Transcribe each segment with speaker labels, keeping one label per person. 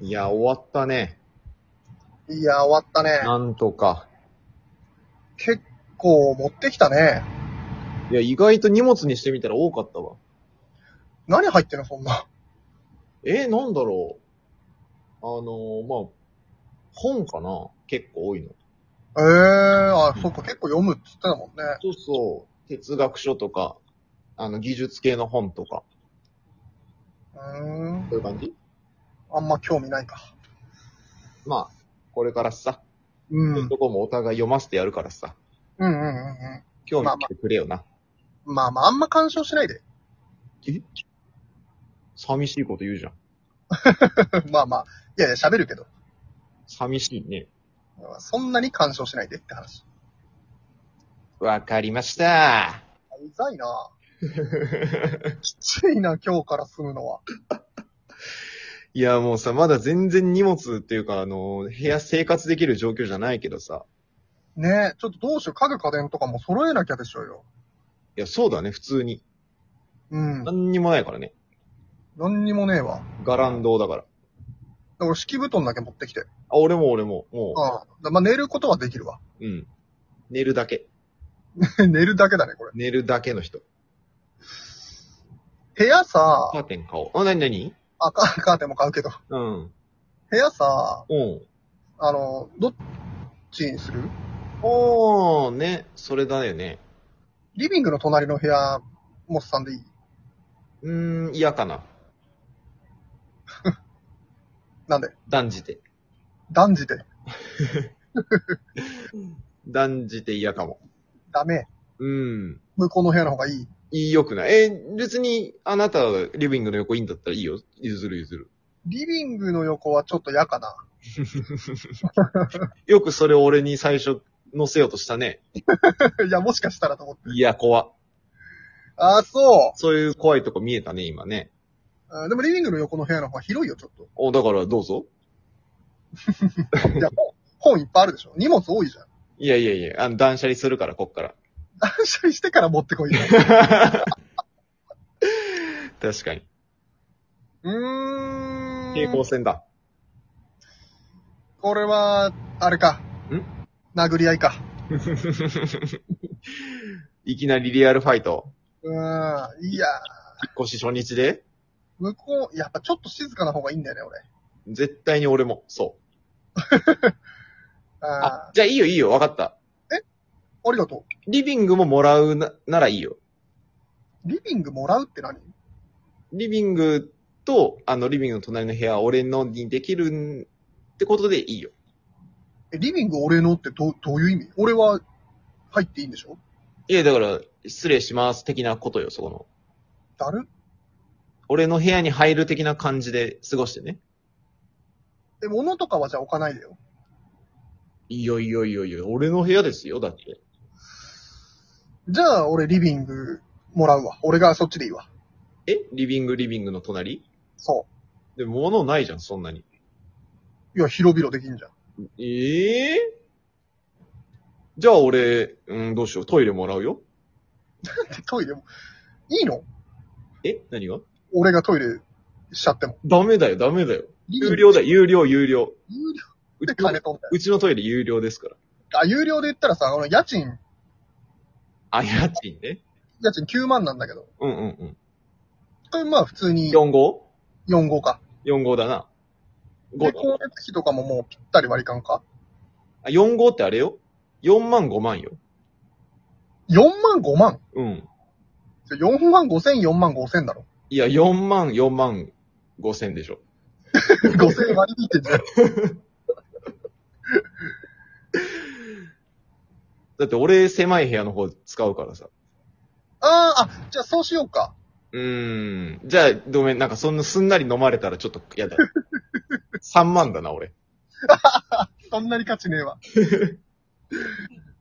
Speaker 1: いや、終わったね。
Speaker 2: いや、終わったね。
Speaker 1: なんとか。
Speaker 2: 結構持ってきたね。
Speaker 1: いや、意外と荷物にしてみたら多かったわ。
Speaker 2: 何入ってんの、そんな。
Speaker 1: えー、なんだろう。あのーまあ、本かな結構多いの。
Speaker 2: ええあ、そっか、結構読むっつってたもんね。
Speaker 1: そうそう。哲学書とか、あの、技術系の本とか、
Speaker 2: うーん。
Speaker 1: そういう感じ
Speaker 2: あんま興味ないか。
Speaker 1: まあ、これからさ、
Speaker 2: うん。
Speaker 1: そ
Speaker 2: う
Speaker 1: ういうんとこもお互い読ませてやるからさ、
Speaker 2: うんうんう
Speaker 1: 興
Speaker 2: まあ
Speaker 1: 味
Speaker 2: ま
Speaker 1: 来てくれよな。
Speaker 2: ん。まあまあ、あんま干渉しないで。
Speaker 1: え寂しいこと言うじゃん。
Speaker 2: まあまあ、いやいや、喋るけど。
Speaker 1: 寂しいね。
Speaker 2: そんなに干渉しないでって話。
Speaker 1: わかりました。
Speaker 2: うざ いなきついな、今日から住むのは。
Speaker 1: いや、もうさ、まだ全然荷物っていうか、あの、部屋生活できる状況じゃないけどさ。
Speaker 2: ねえ、ちょっとどうしよう、家具家電とかも揃えなきゃでしょうよ。
Speaker 1: いや、そうだね、普通に。
Speaker 2: うん。
Speaker 1: 何にもないからね。
Speaker 2: 何にもねえわ。
Speaker 1: ガランドだから。
Speaker 2: だから敷布団だけ持ってきて。
Speaker 1: あ、俺も俺も、
Speaker 2: うん。
Speaker 1: も
Speaker 2: だまあ、寝ることはできるわ。
Speaker 1: う、うん。寝るだけ。
Speaker 2: 寝るだけだね、これ。
Speaker 1: 寝るだけの人。
Speaker 2: 部屋さ、
Speaker 1: カーテン買おう。あ、なになに
Speaker 2: あ、カカーテンも買うけど。
Speaker 1: うん。
Speaker 2: 部屋さ、
Speaker 1: うん。
Speaker 2: あの、どっちにする
Speaker 1: おー、ね。それだよね。
Speaker 2: リビングの隣の部屋、モスさんでいいう
Speaker 1: ーん、嫌かな。
Speaker 2: なんで
Speaker 1: 断じて。
Speaker 2: 断じて。
Speaker 1: 断じて嫌かも。
Speaker 2: ダメ。
Speaker 1: うん。
Speaker 2: 向こうの部屋の方がいい。
Speaker 1: いいよくない。え、別に、あなた、リビングの横いいんだったらいいよ。譲る譲る。
Speaker 2: リビングの横はちょっと嫌かな。
Speaker 1: よくそれを俺に最初乗せようとしたね。
Speaker 2: いや、もしかしたらと思って。
Speaker 1: いや、怖。
Speaker 2: あ、そ
Speaker 1: そういう怖いとこ見えたね、今ね。
Speaker 2: ううん。でもリビングの横の部屋の方が広いよ、ちょっと。
Speaker 1: お、だからどうぞ。
Speaker 2: いや、本本いっぱいあるでしょ。荷物多いじゃん。
Speaker 1: いやいやいや、あの、断捨離するから、こっから。
Speaker 2: 断捨離してから持ってこいよ。
Speaker 1: 確かに。
Speaker 2: うーん。
Speaker 1: 平行線だ。
Speaker 2: これは、あれか。
Speaker 1: ん
Speaker 2: 殴り合いか。
Speaker 1: いきなりリアルファイト。
Speaker 2: うーん。い
Speaker 1: 引っ
Speaker 2: や、
Speaker 1: 越し初日で
Speaker 2: 向こう、やっぱちょっと静かな方がいいんだよね、俺。
Speaker 1: 絶対に俺も。そう。あ
Speaker 2: あ、
Speaker 1: じゃあいいよいいよ、わかった。
Speaker 2: あ、ありがと
Speaker 1: リビングももらうなならいいよ。
Speaker 2: う。リビングもらうって何
Speaker 1: リビングと、あの、リビングの隣の部屋は俺のにできるんってことでいいよ。
Speaker 2: え、リビング俺のってどう、どういう意味俺は、入っていいんでしょ
Speaker 1: いや、だから、失礼します的なことよ、そこの。
Speaker 2: だる
Speaker 1: 俺の部屋に入る的な感じで過ごしてね。
Speaker 2: え、物とかはじゃあ置かないでよ。
Speaker 1: いやいやいやいや、俺の部屋ですよ、だって。
Speaker 2: じゃあ、俺リビングもらうわ。俺がそっちでいいわ。
Speaker 1: えリビング、リビングの隣
Speaker 2: そ
Speaker 1: で、物ないじゃん、そんなに。
Speaker 2: う。いや、広々できんじ ゃん。
Speaker 1: ええじゃあ俺、うん、どうしよう、トイレもらうよ。
Speaker 2: でトイレも、いいの
Speaker 1: え何が
Speaker 2: 俺がトイレしちゃっても。
Speaker 1: ダメだよ、ダメだよ。
Speaker 2: リビング
Speaker 1: 有料だよ、有料、有料。
Speaker 2: 有料
Speaker 1: う
Speaker 2: で
Speaker 1: ちの
Speaker 2: 金取んだよ。
Speaker 1: うちのトイレ有料ですから。
Speaker 2: あ、有料で言ったらさ、あの、家賃、
Speaker 1: あ、家賃ね。
Speaker 2: 家賃9万なんだけど。
Speaker 1: うんうんうん。
Speaker 2: これまあ普通に
Speaker 1: 4号
Speaker 2: 4号か。
Speaker 1: 4号だな。
Speaker 2: で、
Speaker 1: 5だ。
Speaker 2: 光熱費とかももうぴったり割り勘か。
Speaker 1: あ、4号ってあれよ ?4 万5万よ。
Speaker 2: 4万5万
Speaker 1: うん。
Speaker 2: ?4 万5千、4万5千だろ。
Speaker 1: いや、4万、4万5千でしょ。
Speaker 2: 5千割り引いてんじゃん。
Speaker 1: だって俺、狭い部屋の方使うからさ。
Speaker 2: あーあ、じゃあそうしようか。
Speaker 1: うーん。じゃあ、ごめん、なんかそんなすんなり飲まれたらちょっと嫌だ。3万だな、俺。
Speaker 2: そんなに価値ねえわ。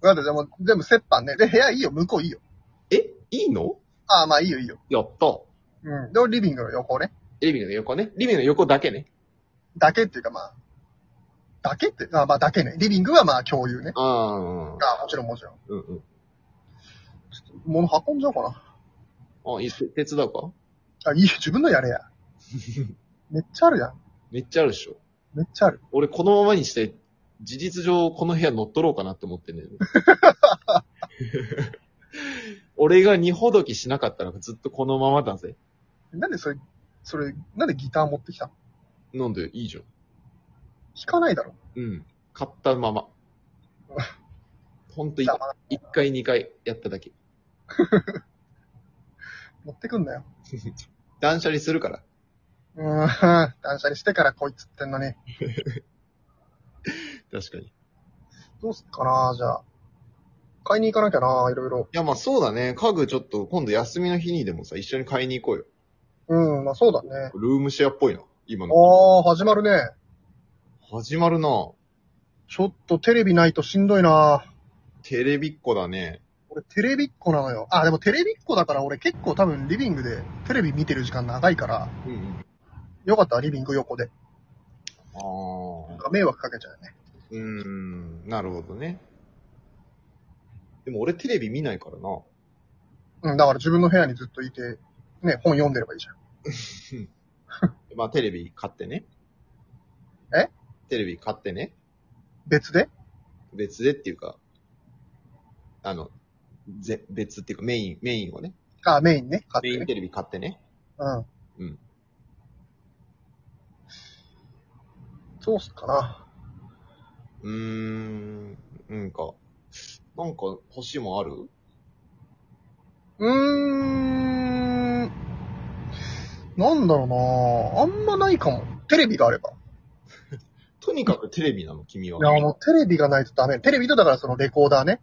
Speaker 2: だってでも、全部折半ね。で、部屋いいよ、向こういいよ。
Speaker 1: えいいの
Speaker 2: ああ、まあいいよいいよ。
Speaker 1: やった。
Speaker 2: うん。で、リビングの横ね。
Speaker 1: リビングの横ね。リビングの横だけね。
Speaker 2: だけっていうかまあ、だけって、あまあだけね。リビングはまあ共有ね。
Speaker 1: ああ、
Speaker 2: ああ、もちろんもちろん。
Speaker 1: うんうん。
Speaker 2: 物運んじゃおうかな。
Speaker 1: あ、いい、手手伝うか
Speaker 2: あ、いいよ、自分のやれや。めっちゃあるやん。
Speaker 1: めっちゃあるでしょ。
Speaker 2: めっちゃある。
Speaker 1: 俺このままにして、事実上この部屋乗っ取ろうかなって思ってんだよ ね。俺が二ほどきしなかったらずっとこのままだぜ。
Speaker 2: なんでそれ、それ、なんでギター持ってきたの
Speaker 1: なんでいいじゃん。
Speaker 2: 弾かないだろ。
Speaker 1: うん。買ったま ま。ほんとい
Speaker 2: じゃあまだ
Speaker 1: 一回二回やっただけ。
Speaker 2: 持ってくんだよ。
Speaker 1: 断捨離するから。
Speaker 2: うーん、断捨離してからこいつってんのに。
Speaker 1: 確かに。い
Speaker 2: どうすっかな、じゃあ。買いに行かなきゃな、いろいろ。
Speaker 1: やまあそうだね。家具ちょっと今度休みの日にでもさ、一緒に買いに行こうよ。
Speaker 2: うん、まあそうだね。
Speaker 1: ルームシェアっぽいな。今の。
Speaker 2: あー、始まるね。
Speaker 1: 始まるな
Speaker 2: ちょっとテレビないとしんどいな。
Speaker 1: テレビっ子だね。
Speaker 2: 俺テレビっ子なのよ。あ、でもテレビっ子だから俺結構多分リビングでテレビ見てる時間長いから、
Speaker 1: うんうん。
Speaker 2: よかったらリビング横で。
Speaker 1: ああ
Speaker 2: なん。か迷惑かけちゃうよね。
Speaker 1: うーん、なるほどね。でも俺テレビ見ないからな。
Speaker 2: うん、だから自分の部屋にずっといて、ね、本読んでればいいじゃん。
Speaker 1: まあテレビ買ってね。
Speaker 2: え
Speaker 1: テレビ買ってね。
Speaker 2: 別で
Speaker 1: 別でっていうか、あの、ぜ、別っていうかメイン、メインをね。
Speaker 2: あ、メインね。買
Speaker 1: メイ
Speaker 2: って
Speaker 1: ン
Speaker 2: ね。
Speaker 1: テレビ買ってね。
Speaker 2: うん。
Speaker 1: うん。
Speaker 2: そうっすかな。
Speaker 1: うーん、なんか、なんか欲しいもんある
Speaker 2: うーん。なんだろうなあんまないかも。テレビがあれば。
Speaker 1: とにかくテレビなの、君
Speaker 2: いや、
Speaker 1: は。
Speaker 2: もうテレビがないとダメ。テレビとだからそのレコーダーね。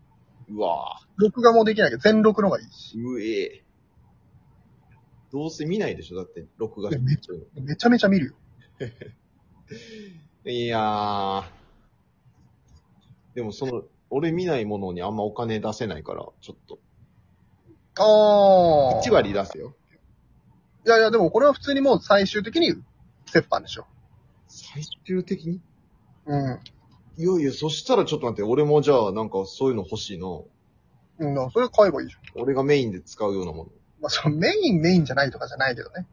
Speaker 1: うわぁ、
Speaker 2: 録画もできないけど、全録のがいいし。
Speaker 1: うえどうせ見ないでしょだって、録画
Speaker 2: いやめっめちゃめちゃ見るよ。
Speaker 1: いやー。でもその、俺見ないものにあんまお金出せないから、ちょっと。
Speaker 2: ああ。
Speaker 1: 1割出せよ。
Speaker 2: いやいや、でもこれは普通にもう最終的に折半でしょ。
Speaker 1: 最終的に
Speaker 2: うん。
Speaker 1: いやいや、そしたらちょっと待って、俺もじゃあ、なんかそういうの欲しいな。
Speaker 2: うん、だからそれ買えばいいじゃん。
Speaker 1: 俺がメインで使うようなもの。
Speaker 2: まあ、そのメインメインじゃないとかじゃないけどね。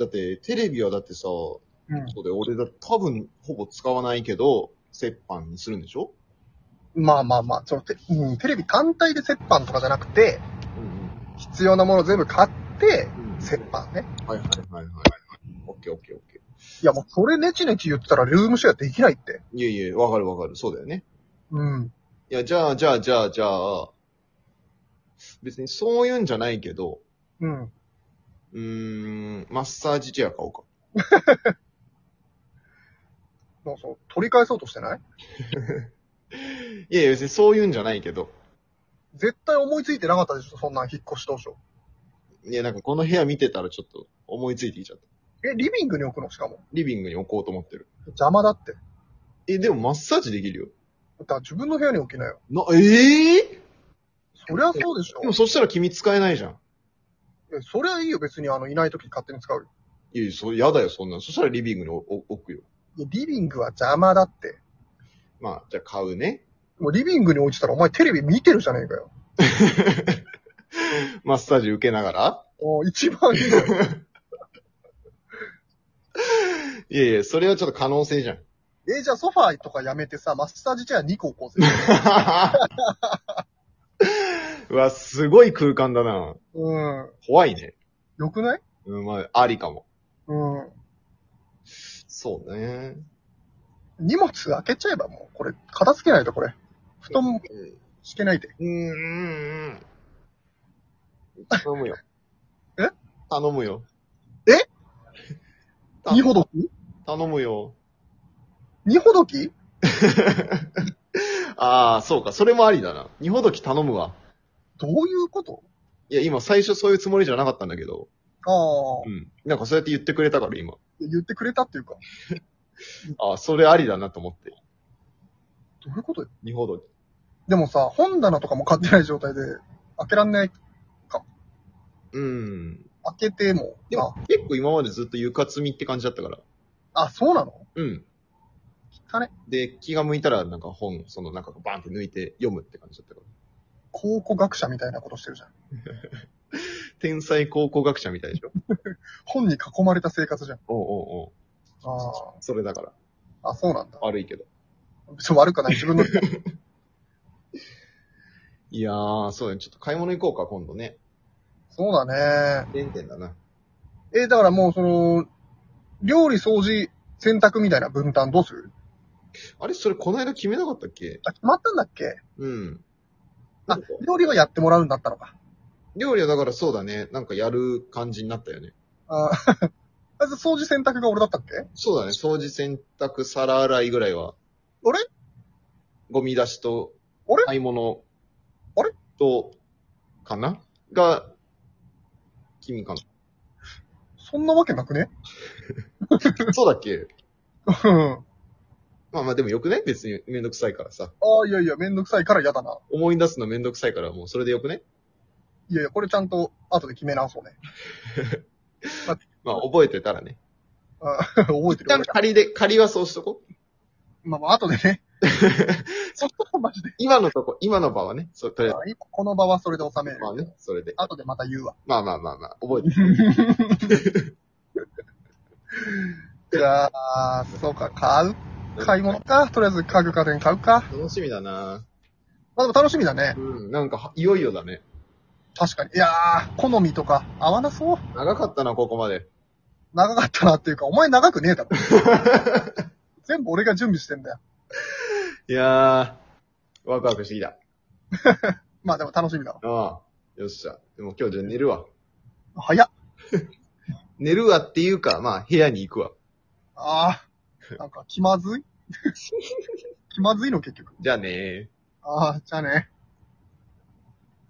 Speaker 1: だって、テレビはだってさ、そ
Speaker 2: うん。
Speaker 1: うで、俺だ、多分、ほぼ使わないけど、折半にするんでしょ
Speaker 2: まあまあまあ、そのテ,、うん、テレビ単体で折半とかじゃなくて、
Speaker 1: うん
Speaker 2: 必要なもの全部買って、
Speaker 1: うん。
Speaker 2: 折半ね。
Speaker 1: はいはいはいはい。オッケーオッケーオッケ
Speaker 2: いやもうそれネチネチ言ってたらルームシェアできないって。
Speaker 1: ー。いやいや、わかるわかる。そうだよね。
Speaker 2: うん。
Speaker 1: いや、じゃあ、じゃあ、じゃあ、じゃあ、別にそういうんじゃないけど、
Speaker 2: うん。
Speaker 1: うーん、マッサージチェア買おうか。
Speaker 2: もうそう、取り返そうとしてない
Speaker 1: いやいや、別にそういうんじゃないけど、
Speaker 2: 絶対思いついてなかったでしょ、そんなん引っ越し当初。
Speaker 1: いや、なんかこの部屋見てたらちょっと思いついてきちゃった。
Speaker 2: え、リビングに置くのしかも。
Speaker 1: リビングに置こうと思ってる。
Speaker 2: 邪魔だって。だ
Speaker 1: え、でもマッサージできるよ。
Speaker 2: から自分の部屋に置きなよ。
Speaker 1: な、ええ
Speaker 2: そりゃそうでしょ
Speaker 1: で。もそしたら君使えないじゃん。
Speaker 2: いやそりゃいいよ、別にあの、いない時に勝手に使うよ。
Speaker 1: いやいや、そ、やだよ、そんなの。そしたらリビングに置置くよ。
Speaker 2: いやリビングは邪魔だって。
Speaker 1: まあ、じゃあ買うね。
Speaker 2: もうリビングに置いてたらお前テレビ見てるじゃねえかよ。
Speaker 1: マッサージ受けながら。
Speaker 2: おー一番いいよ。
Speaker 1: いやいや、それはちょっと可能性じゃん。
Speaker 2: えじゃあソファーとかやめてさ、マッサージチェア2個置こうぜ。
Speaker 1: うわ、すごい空間だな。
Speaker 2: うん。
Speaker 1: 怖いね。
Speaker 2: よくない
Speaker 1: うん、まあ、ありかも。
Speaker 2: うん。
Speaker 1: そうね。
Speaker 2: 荷物開けちゃえばもう、これ、片付けないとこれ。布団も敷けないで。
Speaker 1: うーん。頼むよ。
Speaker 2: え
Speaker 1: 頼むよ。
Speaker 2: え
Speaker 1: た
Speaker 2: 二ほどき
Speaker 1: 頼むよ。
Speaker 2: 二ほどき
Speaker 1: ああ、そうか。それもありだな。二ほどき頼むわ。
Speaker 2: どういうこと
Speaker 1: いや、今最初そういうつもりじゃなかったんだけど。
Speaker 2: ああ
Speaker 1: う、ん。なんかそうやって言ってくれたから今。
Speaker 2: 言ってくれたっていうか。
Speaker 1: ああ、それありだなと思って。
Speaker 2: どういうことよ
Speaker 1: 二ほどき。
Speaker 2: でもさ、本棚とかも買ってない状態で、開けらんない。
Speaker 1: うん。
Speaker 2: 開けても。
Speaker 1: でも結構今までずっと床積みって感じだったから。
Speaker 2: あ、あそうなの
Speaker 1: うん。
Speaker 2: 汚ね。
Speaker 1: で、気が向いたら、なんか本、その中からバンって抜いて読むって感じだったから。
Speaker 2: 考古学者みたいなことしてるじゃん。
Speaker 1: 天才考古学者みたい でしょ
Speaker 2: 本に囲まれた生活じゃん。
Speaker 1: おうおうおう
Speaker 2: ああ。
Speaker 1: それだから。
Speaker 2: あ、そうなんだ。
Speaker 1: 悪いけど。
Speaker 2: ちょ悪くない。自分の。
Speaker 1: いやー、そうだね。ちょっと買い物行こうか、今度ね。
Speaker 2: そうだね。
Speaker 1: 原点だな。
Speaker 2: え、だからもうその、料理、掃除、洗濯みたいな分担どうする
Speaker 1: あれそれこの間決めなかったっけ
Speaker 2: あ、決まったんだっけ
Speaker 1: うん。な
Speaker 2: あ
Speaker 1: んか、
Speaker 2: 料理はやってもらうんだったのか。
Speaker 1: 料理はだからそうだね。なんかやる感じになったよね。
Speaker 2: あ あ掃除、洗濯が俺だったっけ
Speaker 1: そうだね。掃除、洗濯、皿洗いぐらいは。
Speaker 2: あれ
Speaker 1: ゴミ出しと、
Speaker 2: あれ
Speaker 1: 買い物。
Speaker 2: あれ
Speaker 1: と、かなが、君か
Speaker 2: そんなわけなくね
Speaker 1: な。 そうだっけ
Speaker 2: うん。
Speaker 1: まあまあでもよくね別にめんどくさいからさ。
Speaker 2: ああ、いやいや、めんどくさいから嫌だな。
Speaker 1: 思い出すのめんどくさいからもうそれでよくね
Speaker 2: いやいや、これちゃんと後で決め直そうね。
Speaker 1: まあ覚えてたらね。
Speaker 2: あ 覚えて
Speaker 1: 一
Speaker 2: る
Speaker 1: 旦
Speaker 2: 俺。
Speaker 1: 仮で、仮はそうしとこう。
Speaker 2: まあまあ、後で ね。そこはマジで。
Speaker 1: 今のとこ、今の場はね、そう、とりあえ
Speaker 2: あ今この場はそれで収め
Speaker 1: ず。
Speaker 2: る。
Speaker 1: まあね、それで。
Speaker 2: 後でまた言うわ。
Speaker 1: まあまあまあまあ、覚えて。
Speaker 2: じゃあ、そうか、買う買い物か。とりあえず家具家電買うか。
Speaker 1: 楽しみだな
Speaker 2: まあでも楽しみだね。
Speaker 1: うん、なんかは、いよいよだね。
Speaker 2: 確かに。いやー、好みとか合わなそう。
Speaker 1: 長かったな、ここまで。
Speaker 2: 長かったなっていうか、お前長くねえ だろ。全部俺が準備してんだよ。
Speaker 1: いやー、ワクワクしてきた。
Speaker 2: まあでも楽しみだわ。
Speaker 1: ああ、よっしゃ。でも今日じゃあ寝るわ。
Speaker 2: 早っ。
Speaker 1: 寝るわっていうか、まあ部屋に行くわ。
Speaker 2: あー、なんか気まずい気まずいの結局。
Speaker 1: じゃあねー。
Speaker 2: あー、じゃあね。